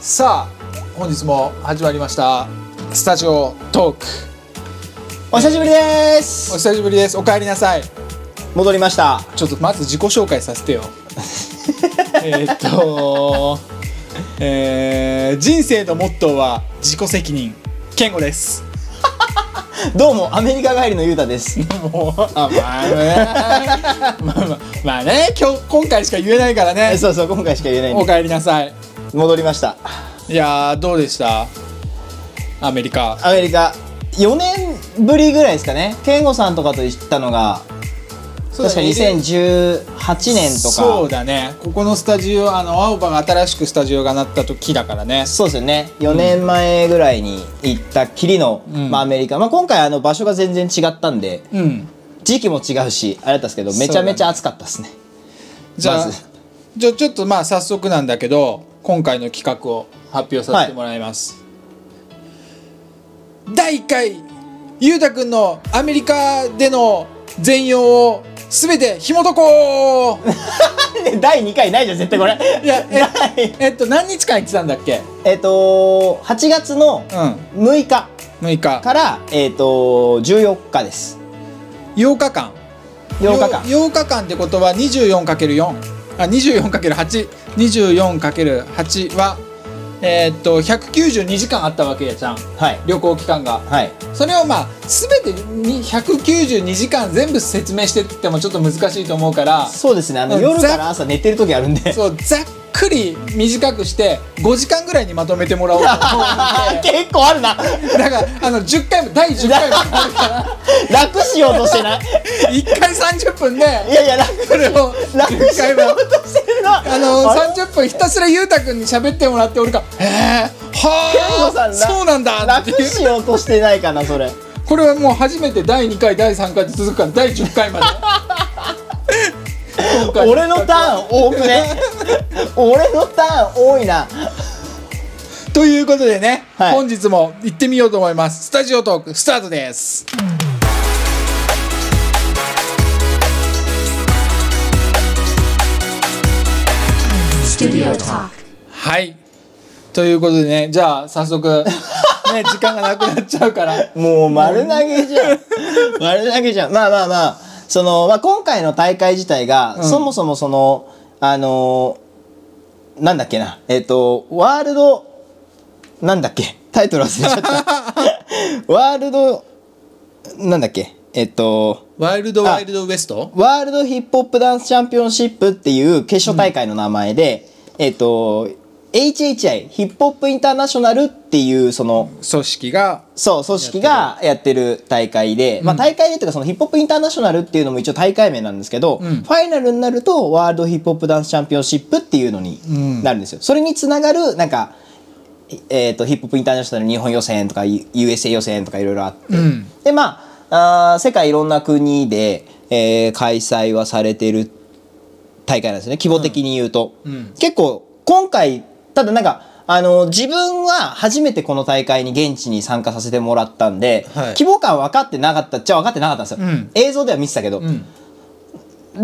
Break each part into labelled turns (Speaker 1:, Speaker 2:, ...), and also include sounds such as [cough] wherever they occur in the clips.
Speaker 1: さあ本日も始まりましたスタジオトーク
Speaker 2: お久しぶりで
Speaker 1: お
Speaker 2: す
Speaker 1: 久しぶりですお帰りなさい
Speaker 2: 戻りました
Speaker 1: ちょっとまず自己紹介させ
Speaker 2: [laughs]
Speaker 1: てよえーっとえー人生のモットーは自己責任健吾です
Speaker 2: どうもアメリカ帰りのゆうたです
Speaker 1: もうあまあねまあまあまあね今日今回しか言えないからね
Speaker 2: [laughs] そうそう今回しか言えないん
Speaker 1: お
Speaker 2: で
Speaker 1: 帰りなさい
Speaker 2: 戻りました
Speaker 1: いやーどうでしたアメリカ
Speaker 2: アメリカ4年ぶりぐらいですかね健吾さんとかと行ったのが確か2018年とか
Speaker 1: そうだねここのスタジオあの青葉が新しくスタジオがなった時だからね
Speaker 2: そうですよね4年前ぐらいに行ったきりの、
Speaker 1: うん
Speaker 2: まあ、アメリカ、まあ、今回あの場所が全然違ったんで
Speaker 1: うん
Speaker 2: 時期も違うしあれだったんですけどめちゃめちゃ暑かったですね [laughs]
Speaker 1: じゃあ、
Speaker 2: まず
Speaker 1: じゃあちょっとまあ早速なんだけど今回の企画を発表させてもらいます、第1回ゆうたくんのアメリカでの全容を全て紐解こう
Speaker 2: 第2回ないじゃん絶対これ
Speaker 1: いや
Speaker 2: [laughs] ない
Speaker 1: え [laughs] えっと何日間言ってたんだっけ
Speaker 2: えっと8月の
Speaker 1: う
Speaker 2: 6日
Speaker 1: ん6日
Speaker 2: から、えー、と14日です
Speaker 1: 8日間
Speaker 2: 8日間
Speaker 1: よ8日間ってことは 24×4 あ 24×824×8 はえーっと192時間あったわけやじゃん
Speaker 2: はい
Speaker 1: 旅行期間が
Speaker 2: はい
Speaker 1: それをまあ全てに192時間全部説明してって言ってもちょっと難しいと思うから
Speaker 2: そうですねあ
Speaker 1: う
Speaker 2: の
Speaker 1: ん
Speaker 2: 夜
Speaker 1: ざ
Speaker 2: から朝寝てる時あるんで
Speaker 1: そうざっくり短くして5時間ぐらいにまとめてもらおうと思うんで
Speaker 2: [laughs] 結構あるな
Speaker 1: だからあの10回も第10回もあるか
Speaker 2: 楽しようとしてない
Speaker 1: ら1回30分で
Speaker 2: いやいや楽
Speaker 1: これを
Speaker 2: 楽
Speaker 1: 10
Speaker 2: し
Speaker 1: 回
Speaker 2: よ
Speaker 1: も
Speaker 2: うとしてるな
Speaker 1: あの
Speaker 2: れ
Speaker 1: 30分ひたすらゆうたくんに喋ってもらって俺が「えー、
Speaker 2: 健吾
Speaker 1: は
Speaker 2: さ
Speaker 1: あ
Speaker 2: ん
Speaker 1: そうなんだ」って
Speaker 2: 楽
Speaker 1: いう
Speaker 2: しようとしてないかなそれ
Speaker 1: [laughs] これはもう初めて第2回第3回と続くから第10回まで今回
Speaker 2: 俺のターン多く
Speaker 1: [laughs]
Speaker 2: ね俺のターン多いな
Speaker 1: ということでね、
Speaker 2: はい
Speaker 1: 本日も行ってみようと思いますスタジオトークスタートですはいということでねじゃあ早速ね時間がなくなっちゃうから
Speaker 2: もう丸投げじゃん丸投げじゃんまあまあまあその、まあ、今回の大会自体が、
Speaker 1: ん
Speaker 2: そもそもそのあのーなんだっけなえっ、とワールドなんだっけタイトル忘れちゃったワールドなんだっけえっ、と
Speaker 1: [laughs] ワイルド
Speaker 2: あ
Speaker 1: ワイルドウエスト
Speaker 2: ワールドヒップホップダンスチャンピオンシップっていう決勝大会の名前で、えっ、と HHI ヒップホップインターナショナルっていうその、
Speaker 1: 組織が
Speaker 2: そう、組織がやってる大会で、まあ大会でっていうかそのヒップホップインターナショナルっていうのも一応大会名なんですけど、
Speaker 1: ん
Speaker 2: ファイナルになるとワールドヒップホップダンスチャンピオンシップっていうのになるんですよ。それにつながる、なんか、えっ、と、ヒップホップインターナショナル日本予選とか U- USA 予選とかいろいろあっ
Speaker 1: う
Speaker 2: て、
Speaker 1: ん
Speaker 2: で、まああー世界いろんな国で、えー開催はされてる大会なんですね規模的に言うと、
Speaker 1: ん
Speaker 2: 結構今回ただなんかあの自分は初めてこの大会に現地に参加させてもらったんで、
Speaker 1: はい
Speaker 2: 規模感分かってなかったっちゃ分かってなかったんですよ、
Speaker 1: うん
Speaker 2: 映像では見てたけど、
Speaker 1: ん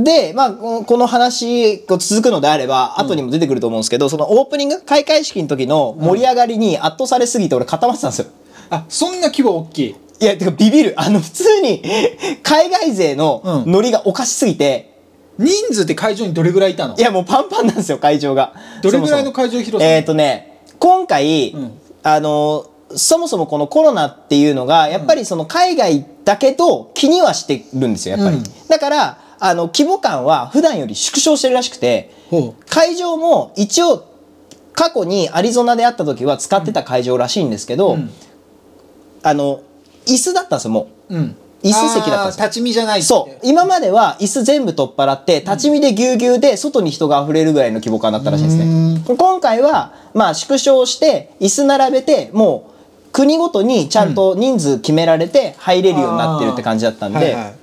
Speaker 2: で、まあ、このこの話こう続くのであれば後にも出てくると思うんですけど、そのオープニング開会式の時の盛り上がりに圧倒されすぎて俺固まってたんですよ、
Speaker 1: あそんな規模大きい
Speaker 2: いやてかビビるあの普通に海外勢の
Speaker 1: うん
Speaker 2: ノリがおかしすぎて、
Speaker 1: 人数って会場にどれぐらいいたの
Speaker 2: いやもうパンパンなんですよ会場が
Speaker 1: どれぐらいの
Speaker 2: そもそも
Speaker 1: 会場広さ
Speaker 2: えっ、ー、とね今回、
Speaker 1: うん
Speaker 2: あのそもそもこのコロナっていうのがやっぱりその海外だけど気にはしてるんですよやっぱり、
Speaker 1: うん
Speaker 2: だからあの規模感は普段より縮小してるらしくて
Speaker 1: ほう
Speaker 2: 会場も一応過去にアリゾナで会った時は使ってた会場らしいんですけど、
Speaker 1: うん
Speaker 2: あの椅子だったんですよもう
Speaker 1: うん
Speaker 2: 椅子席だったん
Speaker 1: あー
Speaker 2: ですよ
Speaker 1: 立ち見じゃないって
Speaker 2: そう今までは椅子全部取っ払って立ち見でぎゅうぎゅうで外に人が溢れるぐらいの規模感だったらしいですね今回はまあ縮小して椅子並べてもう国ごとにちゃんと人数決められて入れるようになってるって感じだったんで、
Speaker 1: はいはい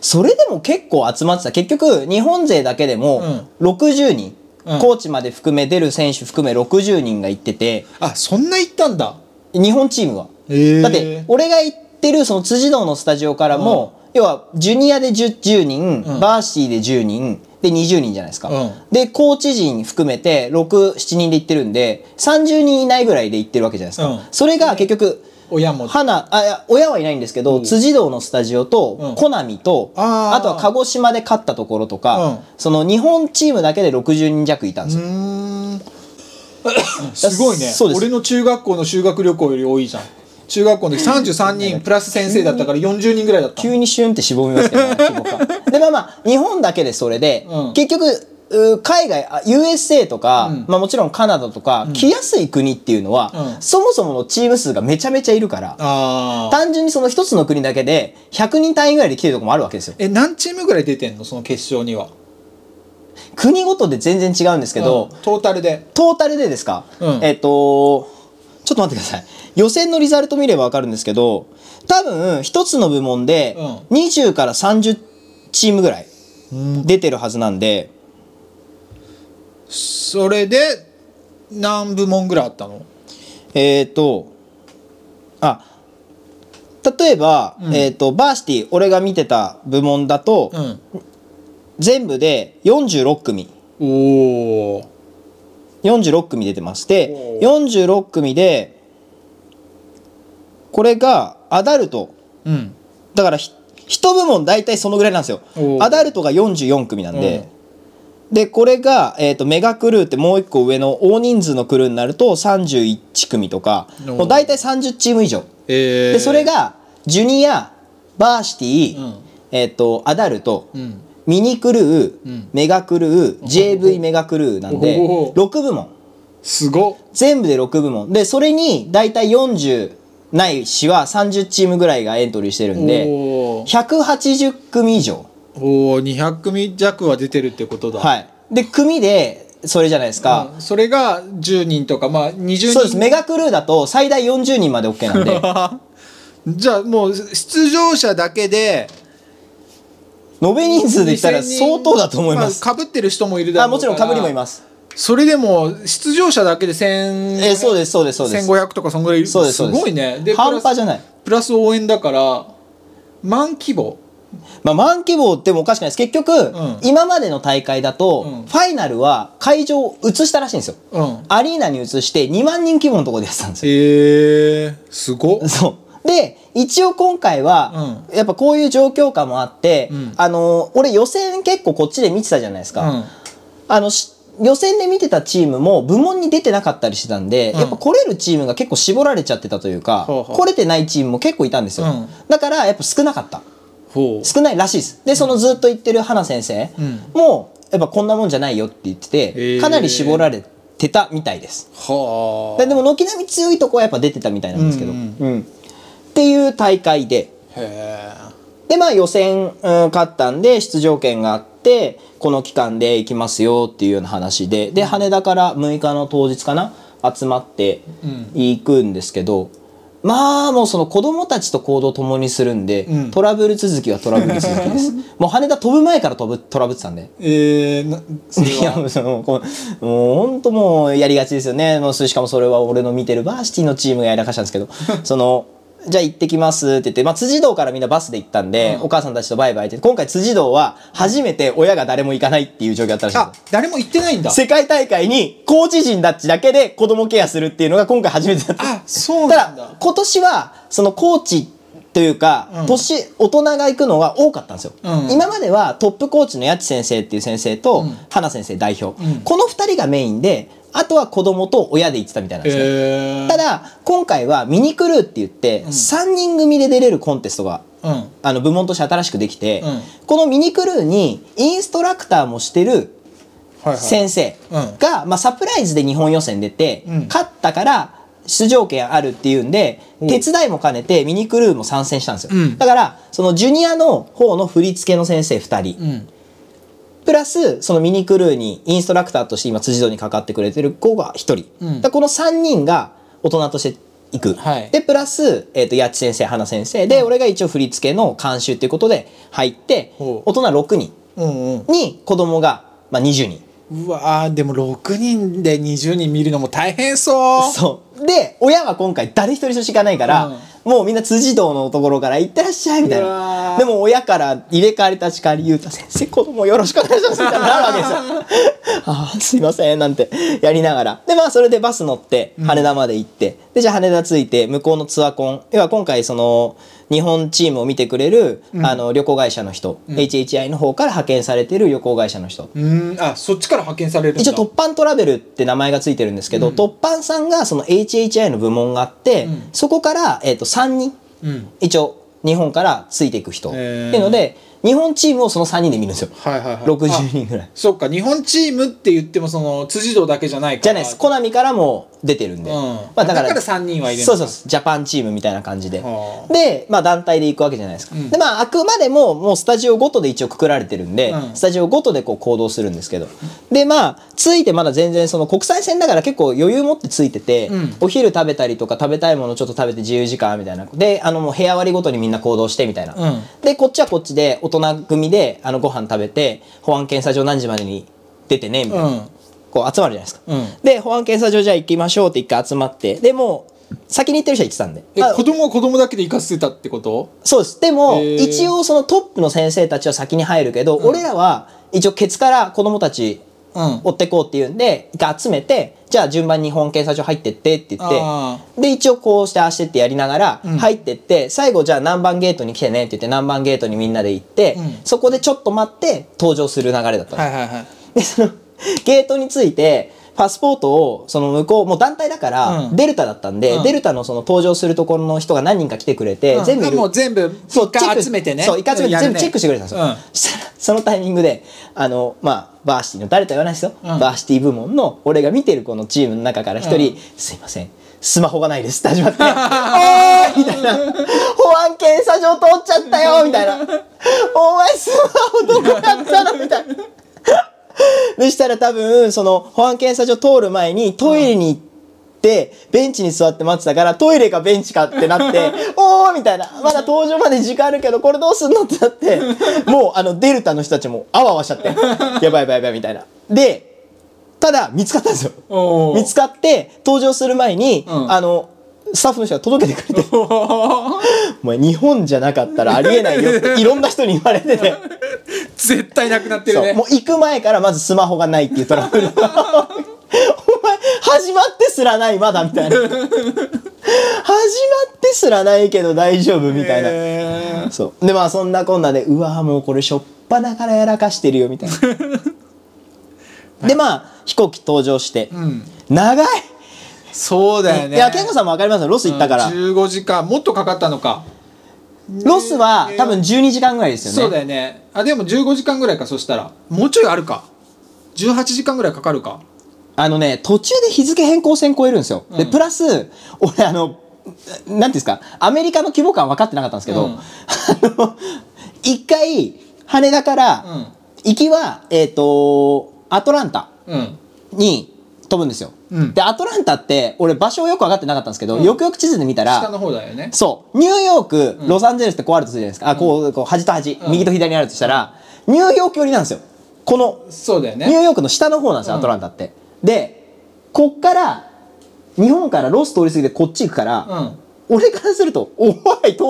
Speaker 2: それでも結構集まってた結局日本勢だけでも60人、
Speaker 1: うん
Speaker 2: コーチまで含め出る選手含め60人が行ってて
Speaker 1: あそんな行ったんだ
Speaker 2: 日本チームは。
Speaker 1: え
Speaker 2: だって俺が行ってるその辻堂のスタジオからも、要はジュニアで 10, 10人、
Speaker 1: うん
Speaker 2: バーシティで10人で20人じゃないですか、
Speaker 1: うん
Speaker 2: でコーチ陣含めて67人で行ってるんで30人いないぐらいで行ってるわけじゃないですか、
Speaker 1: うん
Speaker 2: それが結局
Speaker 1: 親も
Speaker 2: 花あいや親はいないんですけど辻堂のスタジオ
Speaker 1: うん
Speaker 2: とコナミと、
Speaker 1: あー
Speaker 2: あとは鹿児島で勝ったところとか、
Speaker 1: うん
Speaker 2: その日本チームだけで60人弱いたんですよ
Speaker 1: うーん [coughs] すごいね
Speaker 2: そうです
Speaker 1: 俺の中学校の修学旅行より多いじゃん中学校の時33人プラス先生だったから40人ぐらいだった
Speaker 2: 急にシュンってしぼみます
Speaker 1: [laughs]
Speaker 2: けどね規模感でまあまあ日本だけでそれで、
Speaker 1: うん
Speaker 2: 結局う海外あ USA とか、
Speaker 1: うん
Speaker 2: まあ、もちろんカナダとか、来やすい国っていうのは、
Speaker 1: うん
Speaker 2: そもそものチーム数がめちゃめちゃいるから
Speaker 1: ああ
Speaker 2: 単純にその一つの国だけで100人単位ぐらいで来てるとこもあるわけですよ
Speaker 1: え何チームぐらい出てんのその決勝には
Speaker 2: 国ごとで全然違うんですけど、
Speaker 1: うんトータルで
Speaker 2: トータルでですか、
Speaker 1: うん
Speaker 2: えっ、とちょっと待ってください予選のリザルト見れば分かるんですけど多分一つの部門で
Speaker 1: う
Speaker 2: 20から30チームぐらい出てるはずなんで、
Speaker 1: それで何部門ぐらいあったの
Speaker 2: えっ、とあ例えば、
Speaker 1: うん
Speaker 2: えっ、とバーシティ俺が見てた部門だと、
Speaker 1: うん
Speaker 2: 全部で46組
Speaker 1: おお
Speaker 2: 46組出てまし
Speaker 1: お
Speaker 2: て
Speaker 1: ー
Speaker 2: 46組でこれがアダルト
Speaker 1: うん
Speaker 2: だからひ一部門大体そのぐらいなんですよ
Speaker 1: おー
Speaker 2: アダルトが44組なんで、でこれが、えー、とメガクルーってもう一個上の大人数のクルーになると31組とか
Speaker 1: おー
Speaker 2: もう大体30チーム以上
Speaker 1: えー、
Speaker 2: でそれがジュニアバーシティ、
Speaker 1: うん
Speaker 2: えー、とアダルト、
Speaker 1: うん
Speaker 2: ミニクルー、
Speaker 1: うん
Speaker 2: メガクルー JV メガクルーなんで
Speaker 1: おー
Speaker 2: 6部門
Speaker 1: すごっ
Speaker 2: 全部で6部門でそれに大体40ないしは30チームぐらいがエントリーしてるんで。
Speaker 1: おー
Speaker 2: 180組以上
Speaker 1: おー200組弱は出てるってことだ
Speaker 2: はいで組でそれじゃないですか、
Speaker 1: うんそれが10人とかまあ20人
Speaker 2: そうですメガクルーだと最大40人まで OK なん
Speaker 1: [laughs]
Speaker 2: で
Speaker 1: じゃあもう出場者だけで
Speaker 2: 延べ人数で言ったら相当だと思います、
Speaker 1: かぶってる人もいるだ
Speaker 2: あ、
Speaker 1: ろ
Speaker 2: も
Speaker 1: う
Speaker 2: ち
Speaker 1: から
Speaker 2: ろんかぶりもいます
Speaker 1: それでも出場者だけで1000
Speaker 2: えーそうですそうですそうです
Speaker 1: 1500とかそんぐらいいる
Speaker 2: そうですそうです
Speaker 1: ごいねプラス
Speaker 2: 半端じゃない
Speaker 1: プラス応援だから満規模
Speaker 2: まあ、満規模でもおかしくないです結局、
Speaker 1: ん
Speaker 2: 今までの大会だと、
Speaker 1: うん
Speaker 2: ファイナルは会場を移したらしいんですよ
Speaker 1: うん
Speaker 2: アリーナに移して2万人規模のところでやってたんですよ
Speaker 1: へえー、すごっ
Speaker 2: そう。で、一応今回は、やっぱこういう状況下もあって、
Speaker 1: うん
Speaker 2: あの、俺予選結構こっちで見てたじゃないです
Speaker 1: う
Speaker 2: か。
Speaker 1: ん
Speaker 2: あの、し予選で見てたチームも部門に出てなかったりしてたんで、
Speaker 1: うん
Speaker 2: やっぱ来れるチームが結構絞られちゃってたというか、
Speaker 1: ほうほう
Speaker 2: 来れてないチームも結構いたんですよ。
Speaker 1: うん
Speaker 2: だからやっぱ少なかった。
Speaker 1: ほう
Speaker 2: 少ないらしいです。で、そのずっと言ってる花先生
Speaker 1: うん
Speaker 2: も、やっぱこんなもんじゃないよって言って
Speaker 1: へ
Speaker 2: て、
Speaker 1: ー
Speaker 2: かなり絞られてたみたいです。
Speaker 1: はあ
Speaker 2: ででも軒並み強いとこはやっぱ出てたみたいなんですけど、
Speaker 1: う
Speaker 2: うんんっていう大会で
Speaker 1: へ
Speaker 2: でまあ予選、うん勝ったんで出場権があってこの期間で行きますよっていうような話でで羽田から6日の当日かな集まって
Speaker 1: うん
Speaker 2: 行くんですけど、まあもうその子供たちと行動を共にするんで、
Speaker 1: うん
Speaker 2: トラブル続きはトラブル続きです
Speaker 1: [laughs]
Speaker 2: もう羽田飛ぶ前から飛ぶトラブってたんで。
Speaker 1: ええー、なそれ
Speaker 2: いや
Speaker 1: は
Speaker 2: もうそのこうもう本当もうやりがちですよねもうそれしかもそれは俺の見てるバーシティのチームがやらかしたんですけど
Speaker 1: [laughs]
Speaker 2: そのじゃあ行ってきますって言って、まあ、辻堂からみんなバスで行ったんで、
Speaker 1: うん
Speaker 2: お母さんたちとバイバイって今回辻堂は初めて親が誰も行かないっていう状況だったらしいん
Speaker 1: あ
Speaker 2: ですよ
Speaker 1: 誰も行ってないんだ
Speaker 2: 世界大会にコーチ陣たちだけで子供ケアするっていうのが今回初めてだった
Speaker 1: あそうな
Speaker 2: た
Speaker 1: ん
Speaker 2: だ
Speaker 1: だ
Speaker 2: 今年はそのコーチというか、
Speaker 1: うん
Speaker 2: 年大人が行くのが多かったんですよ、
Speaker 1: うん
Speaker 2: 今まではトップコーチの八千先生っていう先生と、
Speaker 1: うん
Speaker 2: 花先生代表、
Speaker 1: うん
Speaker 2: この2人がメインであとは子供と親で行ってたみたいなんですね、
Speaker 1: えー、
Speaker 2: ただ今回はミニクルーって言って、3人組で出れるコンテストが
Speaker 1: うん
Speaker 2: あの部門として新しくできて、
Speaker 1: うん
Speaker 2: このミニクルーにインストラクターもしてる
Speaker 1: はいはい
Speaker 2: 先生
Speaker 1: うん
Speaker 2: が、まあ、サプライズで日本予選出て、
Speaker 1: うん
Speaker 2: 勝ったから出場権あるっていうんで
Speaker 1: おう
Speaker 2: 手伝いも兼ねてミニクルーも参戦したんですよ、
Speaker 1: うん
Speaker 2: だからそのジュニアの方の振り付けの先生2人、
Speaker 1: うん
Speaker 2: プラスそのミニクルーにインストラクターとして今辻堂にかかってくれてる子が1人、
Speaker 1: うん
Speaker 2: だからこの3人が大人として行く、
Speaker 1: はい
Speaker 2: でプラス、えー、と八千先生花先生で、俺が一応振り付けの監修っていうことで入って
Speaker 1: おう
Speaker 2: 大人6人
Speaker 1: うんうん
Speaker 2: に子供がまあ、20人。
Speaker 1: うわーでも6人で20人見るのも大変そう
Speaker 2: そうで親は今回誰一人としかいないから、もうみんな辻堂のところから行ってらっしゃいみたいう
Speaker 1: わ
Speaker 2: な
Speaker 1: ー
Speaker 2: でも親から入れ替わり立ち替わり言うた先生子供よろしくお願いしますみたいになる
Speaker 1: [laughs]
Speaker 2: わけですよああすいませんなんてやりながらでまあそれでバス乗って羽田まで行って、でじゃあ羽田着いて向こうのツアコン要は今回その日本チームを見てくれる、
Speaker 1: うん
Speaker 2: あの旅行会社の人、
Speaker 1: うん
Speaker 2: HHI の方から派遣されてる旅行会社の人、
Speaker 1: うんあそっちから派遣されるんだ
Speaker 2: 一応突破トラベルって名前がついてるんですけど、
Speaker 1: うん
Speaker 2: 突破さんがその HHI の部門があって、
Speaker 1: うん
Speaker 2: そこから、えー、と3人
Speaker 1: うん
Speaker 2: 一応日本からついていく人、
Speaker 1: へー
Speaker 2: っていうので日本チームをその3人で見るんですよ
Speaker 1: はいはいはい
Speaker 2: 60人ぐらい
Speaker 1: あそっか日本チームって言ってもその辻堂だけじゃないから
Speaker 2: じゃないですコナミからも出てるんで、
Speaker 1: うん
Speaker 2: まあ、だか
Speaker 1: だ
Speaker 2: ら
Speaker 1: から3人はいるのか
Speaker 2: そうそうそうジャパンチームみたいな感じで、
Speaker 1: はあ
Speaker 2: で、まあ、団体で行くわけじゃないですか、
Speaker 1: うん
Speaker 2: でまああくまでももうスタジオごとで一応くくられてるんで、
Speaker 1: うん
Speaker 2: スタジオごとでこう行動するんですけどでまあついてまだ全然その国際線だから結構余裕持ってついてて、
Speaker 1: うん
Speaker 2: お昼食べたりとか食べたいものちょっと食べて自由時間みたいなであのもう部屋割りごとにみんな行動してみたいな、
Speaker 1: うん
Speaker 2: でこっちはこっちで大人組であのご飯食べて保安検査場何時までに出てねみたいな、こう集まるじゃないですか、
Speaker 1: うんうん
Speaker 2: で保安検査場じゃあ行きましょうって一回集まってでもう先に行ってる人は行ってたんで
Speaker 1: え
Speaker 2: あ
Speaker 1: 子供は子供だけで行かせてたってこと
Speaker 2: そうですでも
Speaker 1: へー
Speaker 2: 一応そのトップの先生たちは先に入るけど、俺らは一応ケツから子供たち
Speaker 1: うん
Speaker 2: 追ってこうっていうんで一回集めてじゃあ順番に保安検査場入ってってって言って
Speaker 1: あ
Speaker 2: で一応こうしてああしてってやりながら
Speaker 1: うん
Speaker 2: 入ってって最後じゃあ何番ゲートに来てねって言って何番ゲートにみんなで行って、
Speaker 1: うん
Speaker 2: そこでちょっと待って登場する流れだったんです
Speaker 1: ーはいはいはい
Speaker 2: でそのゲートについてパスポートをその向こうもう団体だから、
Speaker 1: うん
Speaker 2: デルタだったんで、
Speaker 1: うん
Speaker 2: デルタのその登場するところの人が何人か来てくれて、
Speaker 1: うん
Speaker 2: 全部い
Speaker 1: あ
Speaker 2: る
Speaker 1: もう全部
Speaker 2: そう
Speaker 1: 一
Speaker 2: チェッ
Speaker 1: 回
Speaker 2: ク
Speaker 1: 集めてね
Speaker 2: そう一回集めて
Speaker 1: やる
Speaker 2: 全
Speaker 1: ね
Speaker 2: 部チェックしてくれたんですよ、
Speaker 1: うん
Speaker 2: そしたらそのタイミングであのまあバーシティの誰とは言わないですよ、
Speaker 1: うん
Speaker 2: バーシティ部門の俺が見てるこのチームの中から一
Speaker 1: う
Speaker 2: 人、
Speaker 1: ん
Speaker 2: すいませんスマホがないですって始
Speaker 1: [laughs]
Speaker 2: まって「えー!」みたいな「保安検査場通っちゃったよ」みたいな「お前スマホどこやったの?」みたいな。 [laughs] でしたら多分その保安検査所通る前にトイレに行ってベンチに座って待ってたからトイレかベンチかってな
Speaker 1: [laughs]
Speaker 2: って「おー!」みたいな「まだ登場まで時間あるけどこれどうすんの?」ってなってもうあのデルタの人たちもあわあわしちゃって「やばいやばいやばい」みたいな。でただ見つかったんですよ。
Speaker 1: おー
Speaker 2: 見つかって登場する前に、
Speaker 1: うん
Speaker 2: あのスタッフの人が届けてくれて「お前日本じゃなかったらありえないよ」っていろんな人に言われてて。
Speaker 1: [laughs] 絶対なくなってる
Speaker 2: そう
Speaker 1: ね
Speaker 2: もう行く前からまずスマホがないっていうトラ
Speaker 1: [laughs]
Speaker 2: ブルお前始まってすらないまだみたいな始まってすらないけど大丈夫みたいな、
Speaker 1: へー
Speaker 2: そうでまあそんなこんなでうわーもうこれしょっぱなからやらかしてるよみ
Speaker 1: [laughs]
Speaker 2: たいなでまあ飛行機登場して、
Speaker 1: うん
Speaker 2: 長い
Speaker 1: そうだよね
Speaker 2: いや健吾さんも分かりますよロス行ったから、
Speaker 1: うん15時間もっとかかったのか
Speaker 2: ロスは多分12時間ぐらいですよね
Speaker 1: そうだよねあでも15時間ぐらいかそしたらもうちょいあるか18時間ぐらいかかるか
Speaker 2: あのね、途中で日付変更線超えるんですよ。で、
Speaker 1: うん
Speaker 2: プラス、俺、あの、ななんていうんですか、アメリカの規模感分かってなかったんですけど、
Speaker 1: うん
Speaker 2: [laughs] あの、一回、羽田から、
Speaker 1: うん
Speaker 2: 行きは、えっ、と、アトランタ
Speaker 1: うん
Speaker 2: に飛ぶんですよ。
Speaker 1: うん
Speaker 2: で、アトランタって、俺、場所をよく分かってなかったんですけど、
Speaker 1: うん
Speaker 2: よくよく地図で見た
Speaker 1: 下
Speaker 2: ら、
Speaker 1: の方だよね
Speaker 2: そう、ニューヨーク、
Speaker 1: うん
Speaker 2: ロサンゼルスってこうあるとするじゃないですか。あ、こう、こう端と端、
Speaker 1: うん
Speaker 2: 右と左にあるとしたら、ニューヨーク寄りなんですよ。この
Speaker 1: そうだよ
Speaker 2: ニュー
Speaker 1: ね
Speaker 2: ヨークの下の方なんですよ、
Speaker 1: うん
Speaker 2: アトランタって。で、こっから、日本からロス通り過ぎてこっち行くから、
Speaker 1: うん
Speaker 2: 俺からすると、おい、通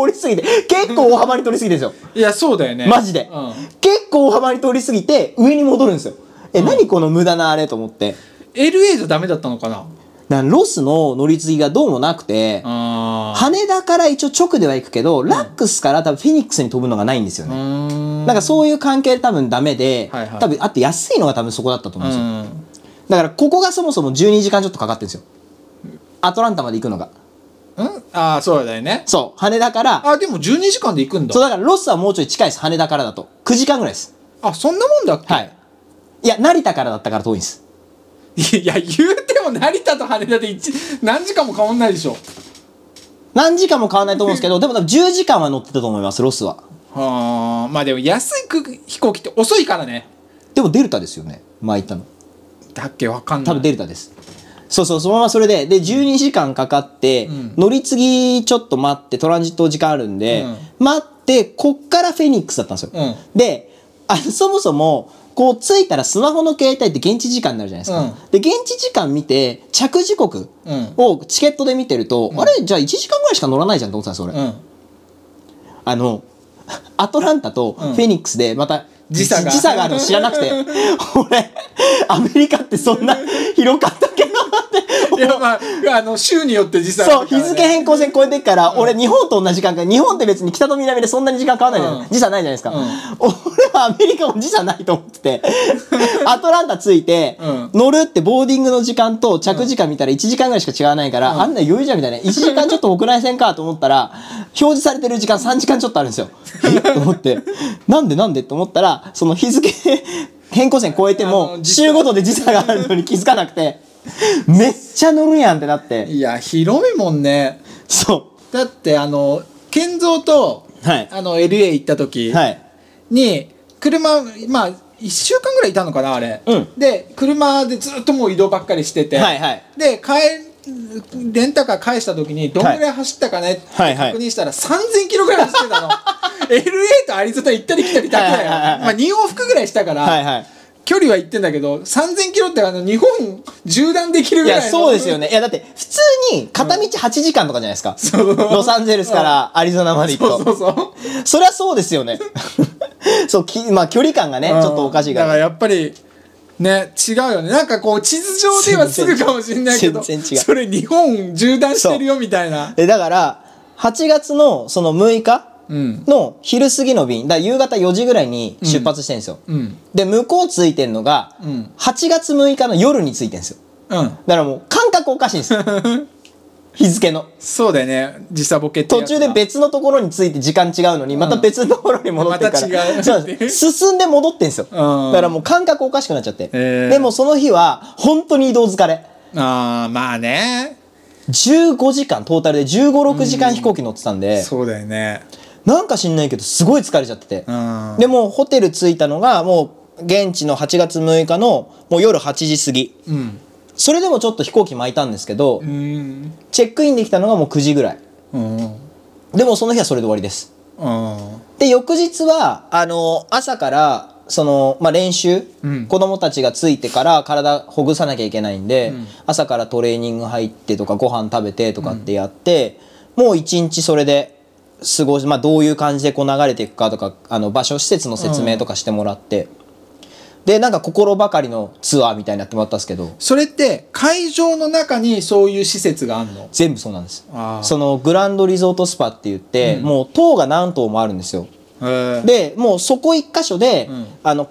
Speaker 2: り過ぎて、結構大幅に通り過ぎてるんですよ。
Speaker 1: いやそう [laughs] だよね
Speaker 2: マジで、
Speaker 1: うん
Speaker 2: 結構大幅に通り過ぎて、上に戻るんですよ。え、何この無駄なあれと思って。
Speaker 1: LA じゃダメだったのかな
Speaker 2: なロスの乗り継ぎがどうもなくて、
Speaker 1: あ
Speaker 2: 羽田から一応直では行くけど、ラックスから多分フェニックスに飛ぶのがないんですよ
Speaker 1: あ
Speaker 2: ね。
Speaker 1: ん
Speaker 2: なんかそういう関係で多分ダメで、
Speaker 1: はいはい
Speaker 2: 多分あと安いのが多分そこだったと思うん
Speaker 1: う
Speaker 2: ですよ。
Speaker 1: ん
Speaker 2: だからここがそもそも12時間ちょっとかかってるんですよアトランタまで行くのが
Speaker 1: うんああそうだよね
Speaker 2: そう羽田から
Speaker 1: あでも12時間で行くんだ
Speaker 2: そうだからロスはもうちょい近いです羽田からだと9時間ぐらいです
Speaker 1: あそんなもんだっけ、
Speaker 2: はいいや成田からだったから遠いんです
Speaker 1: い、や言うても成田と羽田で一 [laughs] 何時間も変わんないでしょ
Speaker 2: 何時間も変わらないと思うんですけどでも多分10時間は乗ってたと思いますロスは
Speaker 1: はあまあでも安いく飛行機って遅いからね
Speaker 2: でもデルタですよね前行ったの
Speaker 1: だっけわかんない
Speaker 2: 多分デルタです、そうそうそのままそれでで12時間かかって、
Speaker 1: うん
Speaker 2: 乗り継ぎちょっと待ってトランジット時間あるんで、
Speaker 1: うん
Speaker 2: 待ってこっからフェニックスだったんですよ、
Speaker 1: うん
Speaker 2: であのそもそもこう着いたらスマホの携帯って現地時間になるじゃないですか、で現地時間見て着時刻
Speaker 1: うん
Speaker 2: をチケットで見てると、
Speaker 1: ん
Speaker 2: あれじゃあ1時間ぐらいしか乗らないじゃんと思ってたんですよ俺、
Speaker 1: [laughs] うん
Speaker 2: あの [laughs] アトランタとフ
Speaker 1: ん
Speaker 2: ェニックスでまた
Speaker 1: 時差が
Speaker 2: 時差があるの知らな
Speaker 1: [laughs]
Speaker 2: くて俺アメリカってそんな広かったっけど
Speaker 1: いやまああの州によって時差あ
Speaker 2: そう、
Speaker 1: るから
Speaker 2: 日
Speaker 1: ね
Speaker 2: 付変更線超えてっから、俺日本と同じ時間か日本って別に北と南でそんなに時間変わらないじゃない、
Speaker 1: うん
Speaker 2: 時差ないじゃないですか、
Speaker 1: うん
Speaker 2: 俺はアメリカも時差ないと思っ
Speaker 1: [laughs]
Speaker 2: ててアトランタ着いて、
Speaker 1: うん
Speaker 2: 乗るってボーディングの時間と着時間見たら1時間ぐらいしか違わないから、あんな余裕じゃんみたいな1時間ちょっと国内線かと思ったら表示されてる時間3時間ちょっとあるんですよえと思ってなんでなんでと思ったらその日付変更線超えて
Speaker 1: あ
Speaker 2: も
Speaker 1: の時差
Speaker 2: 週ごとで時差があるのに気づかなくてめっちゃ乗るやんってなって
Speaker 1: いや広いもんね
Speaker 2: そう
Speaker 1: だってあの健三と
Speaker 2: はい。
Speaker 1: あの LA 行った時
Speaker 2: はい。
Speaker 1: に車まあ1週間ぐらいいたのかなあれ、
Speaker 2: うん
Speaker 1: で車でずっともう移動ばっかりしてて、
Speaker 2: はいはい。
Speaker 1: で帰レンタカー返した時にどんぐらい走ったかねって
Speaker 2: はいはい
Speaker 1: 確認したら3000キロぐらい走ってたの LA とアリゾナ行ったり来たりだけだよ
Speaker 2: はいはいはいはい
Speaker 1: まあ2往復ぐらいしたから、
Speaker 2: はいはい。
Speaker 1: 距離は行ってんだけど3000キロってあの日本縦断できる
Speaker 2: い
Speaker 1: ぐらい
Speaker 2: や、
Speaker 1: の
Speaker 2: そうですよね。いや、だって、普通に片道8時間とかじゃないですか。ロサンゼルスからアリゾナまで行
Speaker 1: そうそ
Speaker 2: くと。
Speaker 1: うそう
Speaker 2: そりゃそうですよね。 [laughs] そう、きまあ、距離感がね、ちょっとおかしいか。
Speaker 1: だかららやっぱりね違うよねなんかこう地図上ではすぐかもしれないけど
Speaker 2: 全然違う
Speaker 1: それ日本縦断してるよみたいな
Speaker 2: え、だから、8月のその6日
Speaker 1: うん
Speaker 2: の昼過ぎの便、だから夕方4時ぐらいに出発してるんですよ。
Speaker 1: うん
Speaker 2: で、向こう着いてるのが、
Speaker 1: うん
Speaker 2: 8月6日の夜に着いてるんですよ。
Speaker 1: うん
Speaker 2: だからもう、感覚おかしいんで
Speaker 1: [laughs]
Speaker 2: すよ。日付の。
Speaker 1: そうだよね時差ボケってや
Speaker 2: 途
Speaker 1: つは
Speaker 2: 中で別のところについて時間違うのに、また別のところに戻ってるから、
Speaker 1: また違う
Speaker 2: そうなんです進んで戻ってんすよ、
Speaker 1: うん
Speaker 2: だからもう感覚おかしくなっちゃって、
Speaker 1: へー
Speaker 2: でもその日は本当に移動疲れ
Speaker 1: ああまあね
Speaker 2: 15時間トータルで1 5 6時間飛行機乗ってたんで、
Speaker 1: そうだよね
Speaker 2: なんか知んないけどすごい疲れちゃってて、
Speaker 1: うん
Speaker 2: でもうホテル着いたのがもう現地の8月6日のもう夜8時過ぎ
Speaker 1: うん
Speaker 2: それでもちょっと飛行機巻いたんですけど、
Speaker 1: うん
Speaker 2: チェックインできたのがもう9時ぐらい
Speaker 1: うん
Speaker 2: でもその日はそれで終わりです
Speaker 1: うん
Speaker 2: で翌日はあの朝からその、まあ、練習、
Speaker 1: うん
Speaker 2: 子供たちがついてから体ほぐさなきゃいけないんで、
Speaker 1: うん
Speaker 2: 朝からトレーニング入ってとかご飯食べてとかってやって、もう一日それで過ごし、まあ、どういう感じでこう流れていくかとかあの場所施設の説明とかしてもらって、でなんか心ばかりのツアーみたいになってもらったんですけど
Speaker 1: それって会場の中にそういう施設があるの
Speaker 2: 全部そうなんです
Speaker 1: あー
Speaker 2: そのグランドリゾートスパって言って、
Speaker 1: うん
Speaker 2: もう塔が何塔もあるんですよ
Speaker 1: へえ
Speaker 2: でもうそこ一箇所で、
Speaker 1: うん
Speaker 2: あの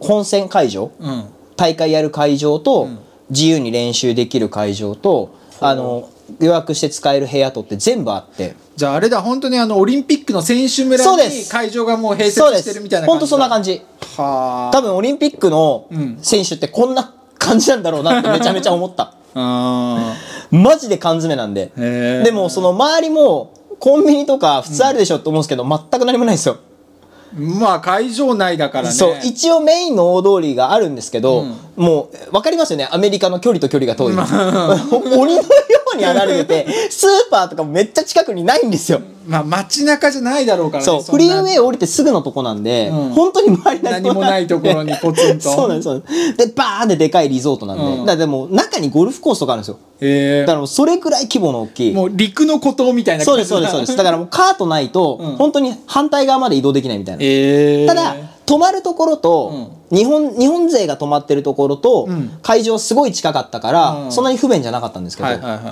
Speaker 2: 本戦会場
Speaker 1: うん
Speaker 2: 大会やる会場と、
Speaker 1: ん
Speaker 2: 自由に練習できる会場とあの予約して使える部屋とって全部あって
Speaker 1: じゃああれだ本当にあのオリンピックの選手村
Speaker 2: そうで
Speaker 1: に
Speaker 2: す
Speaker 1: 会場がもう併設
Speaker 2: そうで
Speaker 1: して
Speaker 2: す
Speaker 1: るみたいな
Speaker 2: 本当そんな
Speaker 1: じ
Speaker 2: 感じ
Speaker 1: だはあ
Speaker 2: 多分オリンピックの
Speaker 1: うん
Speaker 2: 選手ってこんな感じなんだろうなってめちゃめちゃ思
Speaker 1: [laughs]
Speaker 2: った
Speaker 1: あ
Speaker 2: マジで缶詰なんで
Speaker 1: へえ
Speaker 2: でもその周りもコンビニとか普通あるでしょって思うんですけど、全く何もないんですよ
Speaker 1: ーまあ会場内だからね
Speaker 2: そう一応メインの大通りがあるんですけど、
Speaker 1: うん
Speaker 2: もう分かりますよねアメリカの距離と距離が遠い [laughs] 鬼のように離れててスーパーとかもめっちゃ近くにないんですよ、
Speaker 1: まあ街中じゃないだろうからね
Speaker 2: そうフ
Speaker 1: ん
Speaker 2: リ
Speaker 1: な
Speaker 2: ーウェイ降りてすぐのとこなんで、
Speaker 1: うん
Speaker 2: 本当に周り
Speaker 1: 何もないところにポツンと
Speaker 2: [laughs] そうなんですそうなんですでバーンってでかいリゾートなんで、
Speaker 1: うん
Speaker 2: だからもう中にゴルフコースとかあるんですよ
Speaker 1: へ
Speaker 2: だ
Speaker 1: え
Speaker 2: からもうそれくらい規模の大きい
Speaker 1: もう陸の孤島みたいな
Speaker 2: そ
Speaker 1: 感
Speaker 2: うで
Speaker 1: じ
Speaker 2: すそうですそうですだからもうカートないと、
Speaker 1: うん
Speaker 2: 本当に反対側まで移動できないみたいな
Speaker 1: ええ
Speaker 2: ただ泊まるところと、日本日本勢が泊まってるところと、
Speaker 1: うん
Speaker 2: 会場すごい近かったから、
Speaker 1: うん
Speaker 2: そんなに不便じゃなかったんですけど、
Speaker 1: はいはいはいへ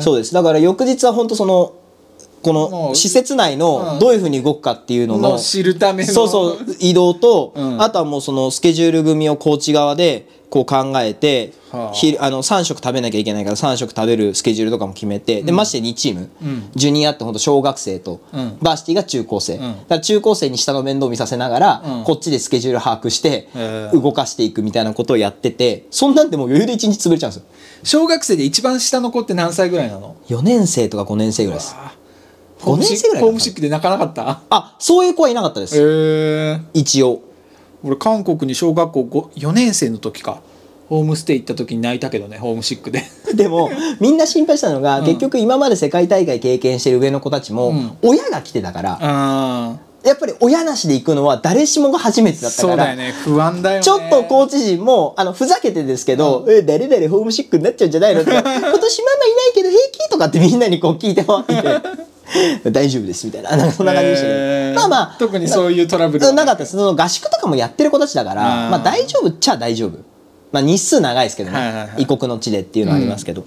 Speaker 1: え
Speaker 2: そうですだから翌日は本当そのこ
Speaker 1: も
Speaker 2: の
Speaker 1: う
Speaker 2: 施設内
Speaker 1: う
Speaker 2: の
Speaker 1: ん
Speaker 2: どういうふうに動くかっていうのの
Speaker 1: の知るための
Speaker 2: そうそう移動と、
Speaker 1: うん
Speaker 2: あとはもうそのスケジュール組をコーチ側でこう考えて、
Speaker 1: はあ
Speaker 2: 昼あ、の3食食べなきゃいけないから3食食べるスケジュールとかも決めて、でまして2チーム、
Speaker 1: うん
Speaker 2: ジュニアって本当小学生と、
Speaker 1: うん
Speaker 2: バーシティが中高生、
Speaker 1: ん
Speaker 2: だから中高生に下の面倒を見させながら、
Speaker 1: うん
Speaker 2: こっちでスケジュール把握して
Speaker 1: へえ
Speaker 2: 動かしていくみたいなことをやっててそんなんでもう余裕で1日潰れちゃうんです
Speaker 1: 小学生で一番下の子って何歳ぐらいなの
Speaker 2: よ4年生とか5年生ぐらいです
Speaker 1: あー
Speaker 2: 5年生ぐらいかな
Speaker 1: ホームシックで泣かなかった
Speaker 2: あそういう子はいなかったです、
Speaker 1: へえ
Speaker 2: 一応
Speaker 1: 俺韓国に小学校5 4年生の時かホームステイ行った時に泣いたけどねホームシックで
Speaker 2: [laughs] でもみんな心配したのが、
Speaker 1: うん
Speaker 2: 結局今まで世界大会経験してる上の子たちも、
Speaker 1: うん
Speaker 2: 親が来てたから、
Speaker 1: あ
Speaker 2: やっぱり親なしで行くのは誰しもが初めてだった
Speaker 1: そ
Speaker 2: か
Speaker 1: うだ
Speaker 2: ら、
Speaker 1: よね不安だよね
Speaker 2: ちょっとコーチ陣も、あの、ふざけてですけど、え、誰々ホームシックになっちゃうんじゃないのと
Speaker 1: [laughs]
Speaker 2: か、今年ママいないけど平気とかってみんなにこう聞いてもらっ
Speaker 1: [laughs]
Speaker 2: て、大丈夫ですみたいな、なんかそんな感じでしたね
Speaker 1: えー
Speaker 2: まあまあ、
Speaker 1: 特にそういうトラブルは
Speaker 2: なかったです。その合宿とかもやってる子たちだから、
Speaker 1: あー
Speaker 2: まあ大丈夫っちゃ大丈夫。まあ日数長いですけどね、
Speaker 1: はいはいはい
Speaker 2: 異国の地でっていうのはありますけど。